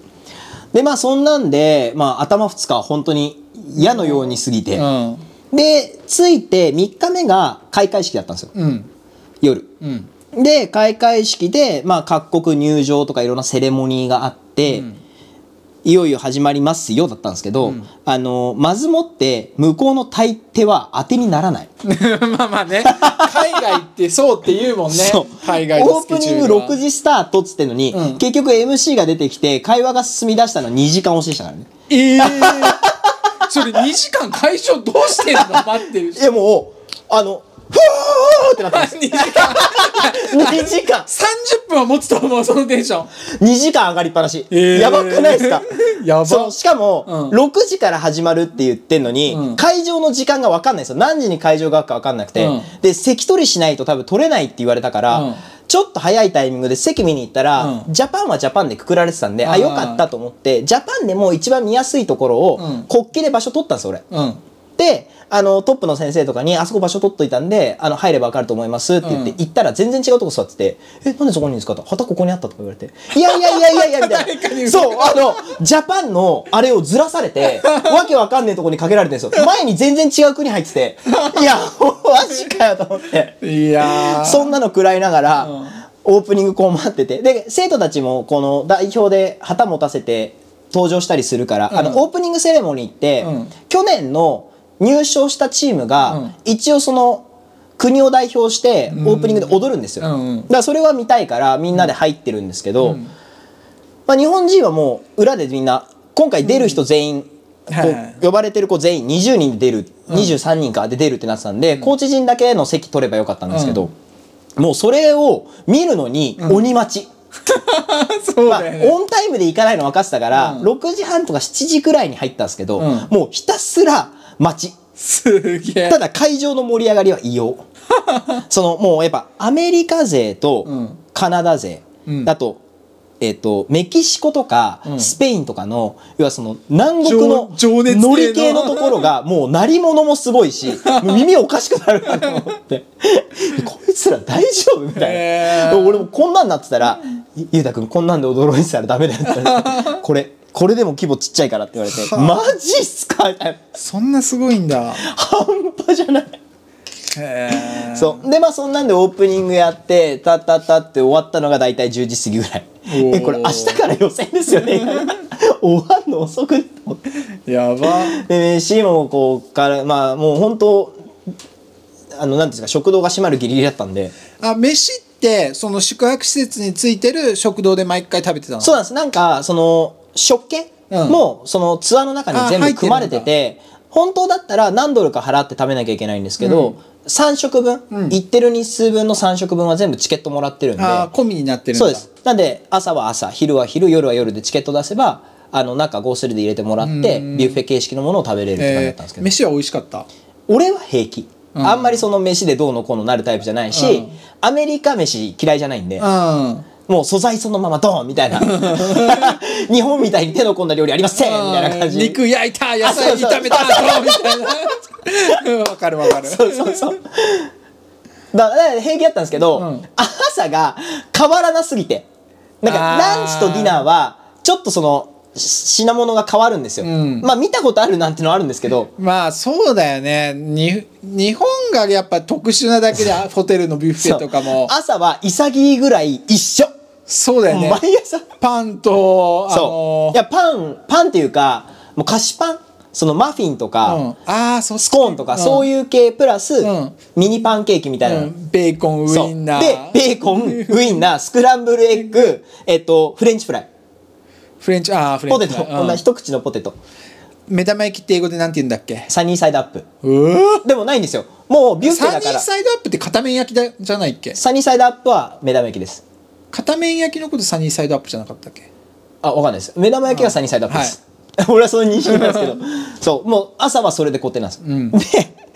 Speaker 2: で、まあそんなんで、まあ頭2日は本当に矢のように過ぎて、
Speaker 1: うん
Speaker 2: で、着いて3日目が開会式だったんですよ、
Speaker 1: うん
Speaker 2: 夜。
Speaker 1: うん
Speaker 2: で開会式で、まあ、各国入場とかいろんなセレモニーがあって、
Speaker 1: ん
Speaker 2: いよいよ始まりますよだったんですけど、
Speaker 1: うん
Speaker 2: あのまずもって向こうの大手は当てにならない、
Speaker 1: [laughs] まあまあね海外ってそうって言うもんね
Speaker 2: そう
Speaker 1: 海外
Speaker 2: オ
Speaker 1: の
Speaker 2: ー
Speaker 1: スケ
Speaker 2: プニ
Speaker 1: ジュ
Speaker 2: ン
Speaker 1: ー
Speaker 2: グ
Speaker 1: ルは
Speaker 2: 6時スタートっつってのに、
Speaker 1: うん
Speaker 2: 結局 MC が出てきて会話が進み出したの2時間押しでしたからね
Speaker 1: ええ [laughs] それ2時間解消どうしてんの待ってる
Speaker 2: いやもうあの「ふー!」ってなってま
Speaker 1: 2
Speaker 2: す [laughs]
Speaker 1: 時間
Speaker 2: 2時間
Speaker 1: 30分は持つと思うそのテンション
Speaker 2: 2時間上がりっぱなし、
Speaker 1: えー
Speaker 2: やばくないですか
Speaker 1: [laughs] やば
Speaker 2: そうしかも、
Speaker 1: う
Speaker 2: 6時から始まるって言ってんのに、
Speaker 1: うん
Speaker 2: 会場の時間が分かんないんですよ何時に会場が開くか分かんなくて、
Speaker 1: うん
Speaker 2: で席取りしないと多分取れないって言われたから、
Speaker 1: うん
Speaker 2: ちょっと早いタイミングで席見に行ったら、
Speaker 1: うん
Speaker 2: ジャパンはジャパンでくくられてたんであ
Speaker 1: あー
Speaker 2: よかったと思ってジャパンでも一番見やすいところを、
Speaker 1: うん
Speaker 2: 国旗で場所取ったんですよ俺。
Speaker 1: うん
Speaker 2: であのトップの先生とかに「あそこ場所取っといたんであの入れば分かると思います」って言って、
Speaker 1: うん
Speaker 2: 行ったら全然違うとこ座ってて「えなんでそこにいるんですか?」って「旗ここにあった」とか言われて「いやいやいやいやいや」
Speaker 1: [laughs]
Speaker 2: みたいなそうあのジャパンのあれをずらされ
Speaker 1: [laughs]
Speaker 2: てわけわかんねえとこにかけられてるんですよ前に全然違う国入っ
Speaker 1: [laughs]
Speaker 2: てて「いやマジかよ」と思って。
Speaker 1: いやー
Speaker 2: [laughs] そんなの食らいながら、
Speaker 1: うん
Speaker 2: オープニングこう待っててで生徒たちもこの代表で旗持たせて登場したりするから、あ
Speaker 1: う
Speaker 2: の
Speaker 1: ん
Speaker 2: オープニングセレモニーって、
Speaker 1: うん
Speaker 2: 去年の入賞したチームが、
Speaker 1: うん
Speaker 2: 一応その国を代表してオープニングで踊るんですよ、
Speaker 1: うんうん
Speaker 2: だからそれは見たいからみんなで入ってるんですけ
Speaker 1: う
Speaker 2: ど、
Speaker 1: ん
Speaker 2: まあ、日本人はもう裏でみんな今回出る人全員、
Speaker 1: うん
Speaker 2: こ
Speaker 1: はいうはい
Speaker 2: 呼ばれてる子全員20人で出る、23人かで出るってなってたんで、コーチ陣だけの席取ればよかったんですけど、もうそれを見るのに鬼待ち、
Speaker 1: そう
Speaker 2: まあ
Speaker 1: だよね、
Speaker 2: オンタイムで行かないの分かってたから、
Speaker 1: うん
Speaker 2: 6時半とか7時くらいに入ったんですけど、
Speaker 1: うん
Speaker 2: もうひたすら待ち
Speaker 1: すげえ
Speaker 2: ただ会場の盛り上がりは異様
Speaker 1: [laughs]
Speaker 2: そのもうやっぱアメリカ勢
Speaker 1: う
Speaker 2: と
Speaker 1: ん
Speaker 2: カナダ勢、
Speaker 1: うん
Speaker 2: あと,、えっとメキシコとか
Speaker 1: うん
Speaker 2: スペインとかの、要はその南国の
Speaker 1: 情情熱系の
Speaker 2: ノリ系のとこ
Speaker 1: [laughs]
Speaker 2: ろがもう鳴り物もすごいしもう耳おかしくなるかと思って
Speaker 1: [laughs]
Speaker 2: こいつら大丈夫みたいな、
Speaker 1: へー
Speaker 2: 俺もこんなんなってたら「ゆゆうたくんこんなんで驚いてたらダメだよ」って言わ
Speaker 1: [laughs]
Speaker 2: れてこれこれでも規模ちっちゃいから」って言われて「
Speaker 1: はあ
Speaker 2: マジっすか?」みたいな
Speaker 1: そんなすごいんだ
Speaker 2: 半端じゃない。
Speaker 1: へえ
Speaker 2: そうでまあそんなんでオープニングやってタッタッタって終わったのが大体10時過ぎぐらい
Speaker 1: おー
Speaker 2: えこれ明日から予選ですよね [laughs] 終わんの遅くねと思って
Speaker 1: やば
Speaker 2: で飯もこうからまあもう本当あのなんていうんですか食堂が閉まるギリギリだったんで
Speaker 1: あ飯ってその宿泊施設についてる食堂で毎回食べてたの
Speaker 2: そうなんですなんかその食券
Speaker 1: うん
Speaker 2: もうそのツアーの中に全
Speaker 1: あ入ってる
Speaker 2: 部
Speaker 1: んだ
Speaker 2: 組まれてて本当だったら何ドルか払って食べなきゃいけないんですけど、3食分、
Speaker 1: うん
Speaker 2: 行ってる日数分の3食分は全部チケットもらってるんで
Speaker 1: あー込みになってるんだ
Speaker 2: そうですなんで朝は朝昼は昼夜は夜でチケット出せばあの中ゴースルで入れてもらっ
Speaker 1: う
Speaker 2: て
Speaker 1: ん
Speaker 2: ビュッフェ形式のものを食べれるって感じだ
Speaker 1: え
Speaker 2: ったんですけ
Speaker 1: ー、
Speaker 2: ど、
Speaker 1: 飯は美味しかった
Speaker 2: 俺は平気、
Speaker 1: うん
Speaker 2: あんまりその飯でどうのこうのなるタイプじゃないし、
Speaker 1: うん
Speaker 2: アメリカ飯嫌いじゃないんで、
Speaker 1: うん
Speaker 2: もう素材そのままドーン
Speaker 1: [laughs]
Speaker 2: みたいな日本みたいに手の込んだ料理ありませんみたいな感じ
Speaker 1: 肉焼いた野
Speaker 2: あそ
Speaker 1: 菜
Speaker 2: うそう
Speaker 1: 炒めたそう [laughs] みたいなうんわかるわかる
Speaker 2: そうそうそうだだから平気だったんですけど、
Speaker 1: うん
Speaker 2: 朝が変わらなすぎてなんか
Speaker 1: あー
Speaker 2: ランチとディナーはちょっとそのし品物が変わるんですよ、
Speaker 1: うん
Speaker 2: まあ見たことあるなんてのはあるんですけど
Speaker 1: まあそうだよねに日本がやっぱ特殊なだけであホテルのビュッフェとかも
Speaker 2: そう朝は潔いぐらい一緒、
Speaker 1: そうだよね
Speaker 2: 毎朝
Speaker 1: パンとあ
Speaker 2: そ
Speaker 1: の
Speaker 2: ういやパンパンっていうかもう菓子パンそのマフィンとか、
Speaker 1: うん、ああそう
Speaker 2: スコーンとか、そう
Speaker 1: い
Speaker 2: いう系プラス、
Speaker 1: うん
Speaker 2: ミニパンケーキみたいなの、
Speaker 1: ん、ベーコンウ
Speaker 2: そう
Speaker 1: インナ
Speaker 2: で
Speaker 1: ー
Speaker 2: ベーコン
Speaker 1: [laughs]
Speaker 2: ウインナースクランブルエッグえっとフレンチフライ
Speaker 1: フレンチああフレン
Speaker 2: ポ
Speaker 1: チ
Speaker 2: テト、
Speaker 1: うん
Speaker 2: こんな一口のポテト
Speaker 1: 目玉焼きって英語でなんて言うんだっけ
Speaker 2: サニーサイドアップ
Speaker 1: うー
Speaker 2: でもないんですよもうビュッフェ
Speaker 1: サ
Speaker 2: だ
Speaker 1: ニ
Speaker 2: か
Speaker 1: ー
Speaker 2: らサ
Speaker 1: サイドアップって片面焼きだじゃないっけ
Speaker 2: ニーサイドアップは目玉焼きです
Speaker 1: 片面焼きのことサニーサイドアップじゃなかったっけ
Speaker 2: あわかんないです目玉焼きはサニーサイドアップです、 [laughs] 俺はその認識なんですけどそうもう朝はそれで固定なんですよ、
Speaker 1: うん
Speaker 2: で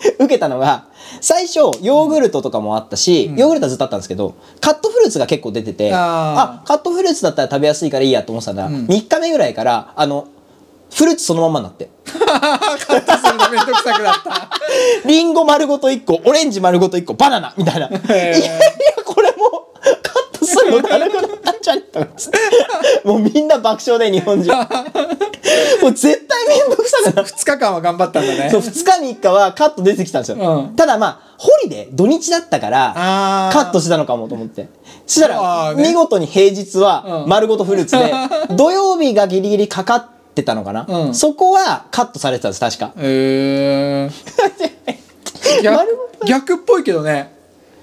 Speaker 2: [laughs] 受けたのが最初ヨーグルトとかもあったし、ヨーグルトはずっとあったんですけどカットフルーツが結構出てて
Speaker 1: あ
Speaker 2: あカットフルーツだったら食べやすいからいいやと思ってたら、
Speaker 1: うん
Speaker 2: 3日目ぐらいからあのフルーツそのままになって
Speaker 1: カットするのめんどくさくなった。
Speaker 2: リンゴ丸ごと1個オレンジ丸ごと1個バナナみたいな、
Speaker 1: へー
Speaker 2: いやいやこれもうカットするの軽くなったんじゃねとかっ
Speaker 1: [laughs]
Speaker 2: つってもうみんな爆笑で日本人もう絶対面倒くさくなった
Speaker 1: 2日間は頑張ったんだね
Speaker 2: そう、。2日3日はカット出てきたんですよ。
Speaker 1: うん
Speaker 2: ただまあ、ホリデー、土日だったから、
Speaker 1: あー
Speaker 2: カットしてたのかもと思って。した
Speaker 1: あ
Speaker 2: ら、
Speaker 1: ーね
Speaker 2: 見事に平日は
Speaker 1: うん
Speaker 2: 丸ごとフルーツで、
Speaker 1: [laughs]
Speaker 2: 土曜日がギリギリかかってたのかな、
Speaker 1: うん
Speaker 2: そこはカットされてたんです、確か。
Speaker 1: えー、逆
Speaker 2: 丸
Speaker 1: 逆っぽいけどね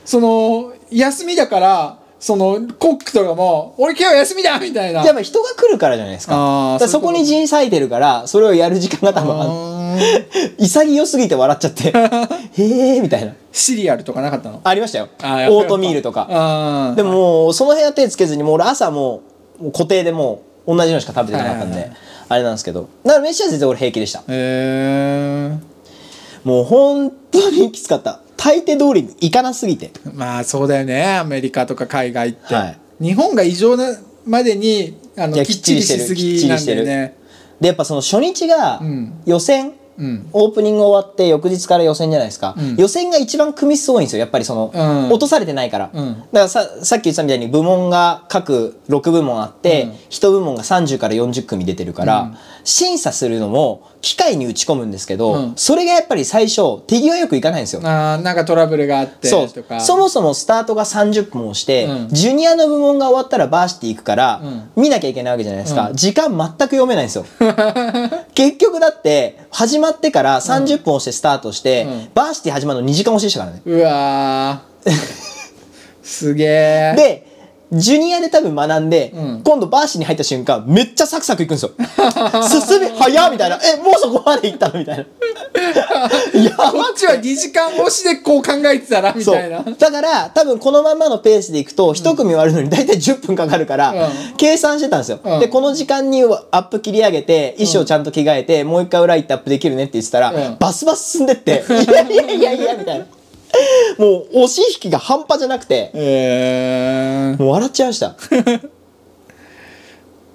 Speaker 1: その休みだからそのコックとかも「俺今日休みだ!」みたいな
Speaker 2: やっぱ人が来るからじゃないですか。
Speaker 1: あー
Speaker 2: だからそこに陣割いてるから、それをやる時間が多分あの、
Speaker 1: あー
Speaker 2: [laughs] 潔すぎて笑っちゃって、 [laughs] へえーみたいな。
Speaker 1: シリアルとかなかったの
Speaker 2: ありましたよ。オ
Speaker 1: あやっぱ
Speaker 2: ートミールとか。
Speaker 1: あー
Speaker 2: でももうその辺は手つけずにもう俺朝もうもう固定でもう同じのしか食べてなかった
Speaker 1: はい
Speaker 2: ん
Speaker 1: はい
Speaker 2: で
Speaker 1: は
Speaker 2: あれなんですけどだから飯は全然俺平気でした
Speaker 1: え
Speaker 2: もう本当にきつかった大抵通りに行かなすぎて
Speaker 1: ー、まあそうだよねアメリカとか海外って、
Speaker 2: はい
Speaker 1: 日本が異常なまでにあの
Speaker 2: いや
Speaker 1: きっちりしすぎなんだよね
Speaker 2: でやっぱその初日が
Speaker 1: うん
Speaker 2: 予選、
Speaker 1: うん
Speaker 2: オープニング終わって翌日から予選じゃないですか、
Speaker 1: うん
Speaker 2: 予選が一番組数多いんですよやっぱりその、
Speaker 1: うん
Speaker 2: 落とされてないから、
Speaker 1: うん
Speaker 2: だからささっき言ってたみたいに部門が各6部門あって、
Speaker 1: うん
Speaker 2: 1部門が30から40組出てるから、
Speaker 1: うん
Speaker 2: 審査するのも機械に打ち込むんですけど、
Speaker 1: うん
Speaker 2: それがやっぱり最初手際よくいかないんですよ。
Speaker 1: あーなんかトラブルがあって
Speaker 2: そう
Speaker 1: とか
Speaker 2: そもそもスタートが30分をして、
Speaker 1: うん
Speaker 2: ジュニアの部門が終わったらバーシティ行くから、見なきゃいけないわけじゃないですか、
Speaker 1: う
Speaker 2: 時間全く読めないんですよ [laughs] 結局だって始まってから30分押してスタートして、
Speaker 1: うん
Speaker 2: バーシティ始まるの2時間押しでしたからね、
Speaker 1: うわ
Speaker 2: [laughs]
Speaker 1: ーすげえ
Speaker 2: でジュニアで多分学んで、
Speaker 1: うん
Speaker 2: 今度バーシティに入った瞬間めっちゃサクサクいくんで
Speaker 1: [laughs]
Speaker 2: すよ進み早っみたいなえもうそこまで行ったのみたいなやば
Speaker 1: こっちは2時間越しでこう考えてたらみ
Speaker 2: そ
Speaker 1: たいな
Speaker 2: うだから多分このままのペースでいくと1組終わるのに大体10分かかるから、
Speaker 1: う
Speaker 2: 計算してたんですよ、
Speaker 1: うん
Speaker 2: でこの時間にアップ切り上げて衣装ちゃんと着替えて、もう一回裏行ってアップできるねって言ってたら、
Speaker 1: うん
Speaker 2: バスバス進ん
Speaker 1: [laughs]
Speaker 2: でって「いやいやいやいや」みたいなもう押し引きが半端じゃなくて
Speaker 1: えー、
Speaker 2: もう笑っちゃい
Speaker 1: [laughs]
Speaker 2: ました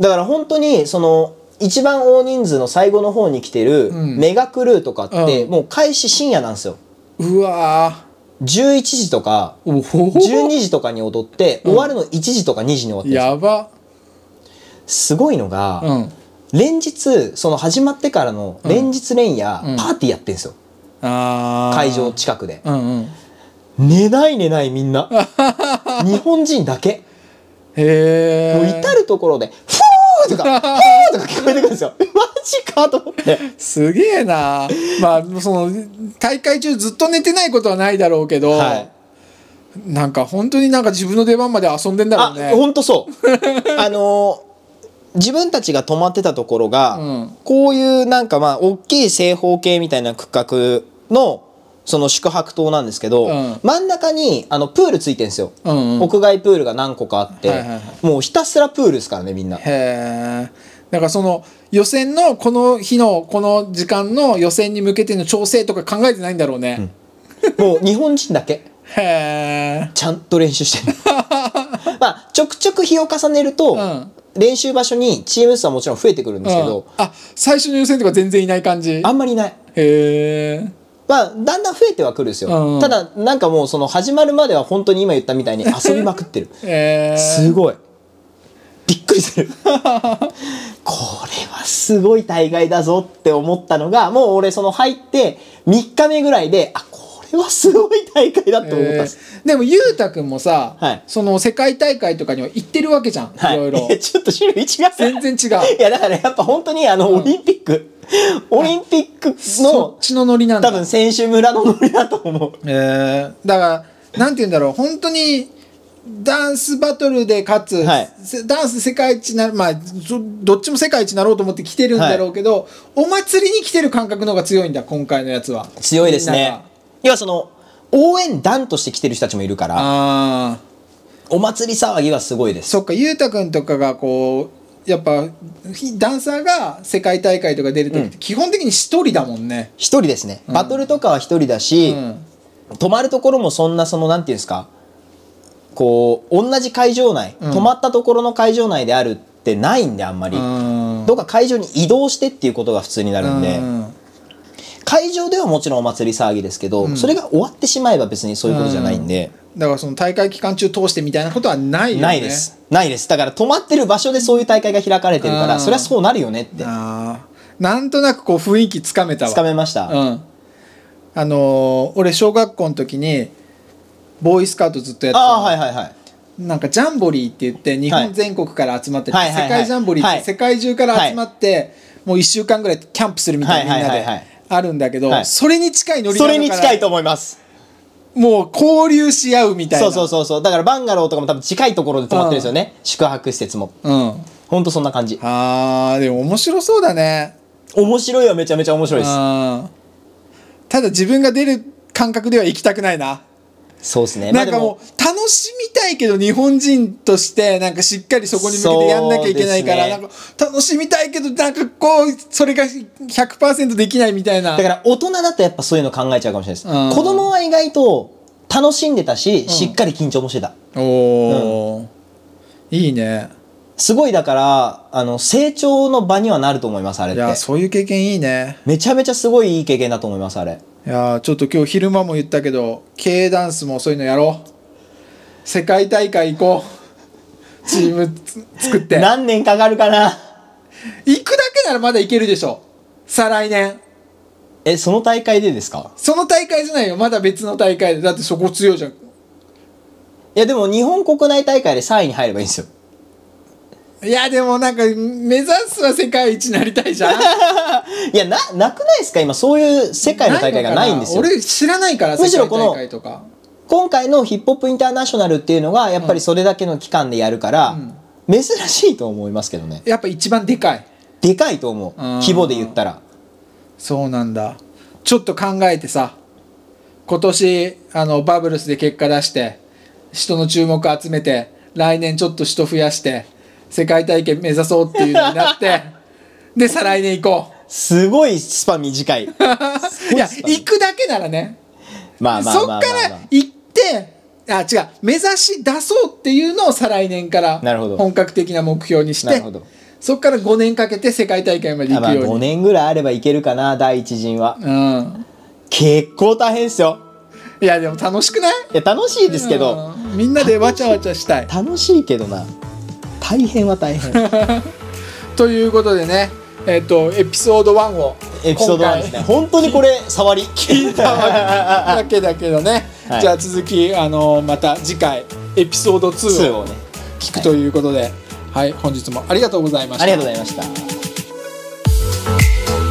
Speaker 2: だから本当にその一番大人数の最後の方に来てる
Speaker 1: うん
Speaker 2: メガクルーとかって、
Speaker 1: うん
Speaker 2: もう開始深夜なんですよ
Speaker 1: うわ
Speaker 2: 11時とか
Speaker 1: ーおほほ
Speaker 2: 12時とかに踊って、終わるの1時とか2時に終わってるんですよ
Speaker 1: やば
Speaker 2: すごいのが、
Speaker 1: うん
Speaker 2: 連日その始まってからの連日連夜、
Speaker 1: うん
Speaker 2: パーティーやってんですよ
Speaker 1: あー
Speaker 2: 会場近くで
Speaker 1: うんうん
Speaker 2: 寝ない寝ないみ
Speaker 1: [laughs]
Speaker 2: んな日本人だけ
Speaker 1: へえ
Speaker 2: もう至る所で「フォー!」とか「フォー!」とか聞こえてくるん
Speaker 1: [laughs]
Speaker 2: ですよマジかと思って
Speaker 1: すげえなまあその大会中ずっと寝てないことはないだろうけど、
Speaker 2: はい
Speaker 1: なんか本当になんか自分の出番まで遊んでんだろ
Speaker 2: あ
Speaker 1: うね
Speaker 2: ほんとそうあのー自分たちが泊まってたところが、
Speaker 1: うん
Speaker 2: こういうなんかまあ大きい正方形みたいな区画のその宿泊棟なんですけど、
Speaker 1: うん
Speaker 2: 真ん中にあのプールついてんですよ、
Speaker 1: うんうん
Speaker 2: 屋外プールが何個かあって、
Speaker 1: はいはいはい
Speaker 2: もうひたすらプールですからねみんな
Speaker 1: へえだからその予選のこの日のこの時間の予選に向けての調整とか考えてないんだろうね、
Speaker 2: もう日本人だけ
Speaker 1: へえ
Speaker 2: ちゃんと練習してる
Speaker 1: [laughs]
Speaker 2: まあちょくちょく日を重ねると、
Speaker 1: うん
Speaker 2: 練習場所にチーム数はもちろん増えてくるんですけ
Speaker 1: うん
Speaker 2: ど、
Speaker 1: あ最初の予選とか全然いない感じ
Speaker 2: あんまりいない
Speaker 1: へえ
Speaker 2: まあ、だんだん増えてはくるんですよ、
Speaker 1: うんうん
Speaker 2: ただなんかもうその始まるまでは本当に今言ったみたいに遊びまくってる
Speaker 1: えー、
Speaker 2: すごいびっくりする [laughs] これはすごい大概だぞって思ったのがもう俺その入って3日目ぐらいであこれはすごい大会だって思ったんです、
Speaker 1: えーでもゆうたくんもさ、
Speaker 2: はい
Speaker 1: その世界大会とかには行ってるわけじゃん、、
Speaker 2: はいい
Speaker 1: ろいろ
Speaker 2: ちょっと種類違う
Speaker 1: 全然違う
Speaker 2: いやだからやっぱ本当にあのオリンピック、オリンピック
Speaker 1: そ
Speaker 2: [laughs] の
Speaker 1: っちのノリなんだ
Speaker 2: 多分選手村のノリだと思う
Speaker 1: えーだからなんて言うんだろう本当にダンスバトルで勝つ、
Speaker 2: はい
Speaker 1: せダンス世界一になるまあそどっちも世界一になろうと思って来てるんだろうけど、お祭りに来てる感覚の方が強いんだ今回のやつは
Speaker 2: 強いです
Speaker 1: みんなが
Speaker 2: ね要はその応援団として来てる人たちもいるから
Speaker 1: ああ
Speaker 2: お祭り騒ぎはすごいです
Speaker 1: そっか、ゆうたくんとかがこう、やっぱひダンサーが世界大会とか出る時って基本的に一人だもんね、
Speaker 2: 一人ですね。バトルとかは一人だ
Speaker 1: う
Speaker 2: し、
Speaker 1: ん、
Speaker 2: 泊まるところもそんなそのなんていうんですかこう同じ会場内、
Speaker 1: うん
Speaker 2: 泊まったところの会場内であるってないんであんまり、
Speaker 1: うん
Speaker 2: どっか会場に移動してっていうことが普通になるんで、
Speaker 1: うん
Speaker 2: 会場ではもちろんお祭り騒ぎですけど、
Speaker 1: うん
Speaker 2: それが終わってしまえば別にそういうことじゃないんで、
Speaker 1: だからその大会期間中通してみたいなことはないよね
Speaker 2: ないですないですだから泊まってる場所でそういう大会が開かれてるから、
Speaker 1: うん
Speaker 2: そりゃそうなるよねって
Speaker 1: あーなんとなくこう雰囲気つかめたわ
Speaker 2: つかめました、
Speaker 1: うんあのー俺小学校の時にボーイスカウトずっとやってたの
Speaker 2: ああはいはいはい
Speaker 1: なんかジャンボリーって言って日本全国から集まってて、
Speaker 2: はいはいはい
Speaker 1: 世界ジャンボリーっ
Speaker 2: は
Speaker 1: て
Speaker 2: い
Speaker 1: 世界中から集まって、もう1週間ぐらいキャンプするみたいな
Speaker 2: は
Speaker 1: み
Speaker 2: い
Speaker 1: んな
Speaker 2: はいはい
Speaker 1: で
Speaker 2: はい
Speaker 1: あるんだけど、
Speaker 2: はい
Speaker 1: それに近いノリな
Speaker 2: そ
Speaker 1: のか
Speaker 2: れ
Speaker 1: な
Speaker 2: に近いと思います
Speaker 1: もう交流し合うみたいな
Speaker 2: そうそうそうそうだからバンガローとかも多分近いところで泊まってるんですよね、宿泊施設も
Speaker 1: うん
Speaker 2: ほんとそんな感じ
Speaker 1: あーでも面白そうだね
Speaker 2: 面白いはめちゃめちゃ面白いです
Speaker 1: うんただ自分が出る感覚では行きたくないな
Speaker 2: そうですね
Speaker 1: なんかも
Speaker 2: まあで
Speaker 1: う楽しみたいけど日本人としてなんかしっかりそこに向けてやんなきゃいけないから、
Speaker 2: そうですね
Speaker 1: なんか楽しみたいけどなんかこうそれが100%できないみた
Speaker 2: [laughs]
Speaker 1: いな
Speaker 2: だから大人だとやっぱそういうの考えちゃうかもしれないです、
Speaker 1: うん
Speaker 2: 子供は意外と楽しんでたし、しっかり緊張もしてた
Speaker 1: おお、いいね
Speaker 2: すごいだからあの成長の場にはなると思いますあれっ
Speaker 1: い
Speaker 2: て
Speaker 1: やそういう経験いいね
Speaker 2: めちゃめちゃすごいいい経験だと思いますあれ
Speaker 1: いやちょっと今日昼間も言ったけど K ダンスもそういうのやろう世界大会行こうチームつ作って
Speaker 2: 何年かかるかな
Speaker 1: 行くだけならまだ行けるでしょ再来年
Speaker 2: えその大会でですか
Speaker 1: その大会じゃないよまだ別の大会でだってそこ強いじゃん
Speaker 2: いやでも日本国内大会で3位に入ればいいんですよ
Speaker 1: いやでもなんか目指すは世界一になりたい
Speaker 2: [laughs]
Speaker 1: じゃん
Speaker 2: いやななくないですか今そういう世界の大会がないんですよ
Speaker 1: ないのかな俺知らないから
Speaker 2: むしろこの
Speaker 1: 世界大会とか
Speaker 2: 今回のヒップホップインターナショナルっていうのがやっぱりそれだけの期間でやるから、珍しいと思いますけどね
Speaker 1: やっぱ一番でかい
Speaker 2: でかいと思う
Speaker 1: うん
Speaker 2: 規模で言ったら
Speaker 1: そうなんだちょっと考えてさ今年あのバブルスで結果出して人の注目集めて来年ちょっと人増やして世界大会目指そうっていうのになって
Speaker 2: [laughs]
Speaker 1: で再来年行こ
Speaker 2: すごいスパン短
Speaker 1: [laughs]
Speaker 2: い
Speaker 1: ういや行くだけならね
Speaker 2: まあまあ
Speaker 1: そっ
Speaker 2: まあまあ、
Speaker 1: から
Speaker 2: まあ、
Speaker 1: 行ってあ違う目指し出そうっていうのを再来年から
Speaker 2: なるほど
Speaker 1: 本格的な目標にし
Speaker 2: な
Speaker 1: て
Speaker 2: るほど
Speaker 1: そっから5年かけて世界大会まで
Speaker 2: あ
Speaker 1: 行
Speaker 2: ま
Speaker 1: く
Speaker 2: あ
Speaker 1: よう
Speaker 2: 5
Speaker 1: に、
Speaker 2: 年ぐらいあればいけるかな第一陣は
Speaker 1: うん
Speaker 2: 結構大変ですよ
Speaker 1: いやでも楽しくない
Speaker 2: いや楽しいですけど、
Speaker 1: うんみんなでわちゃわちゃしたい
Speaker 2: 楽しいけどな大変は
Speaker 1: [laughs]
Speaker 2: 大変
Speaker 1: ということでねえっ、とエピソード1を
Speaker 2: エピソード1ですね本当にこれ触り聞
Speaker 1: 今
Speaker 2: い [laughs]
Speaker 1: 回だけだけどね、
Speaker 2: はい
Speaker 1: じゃあ続きあのまた次回エピソード2
Speaker 2: 2
Speaker 1: を
Speaker 2: をね
Speaker 1: 聞くということで、はい、本日もありがとうございました
Speaker 2: ありがとうございました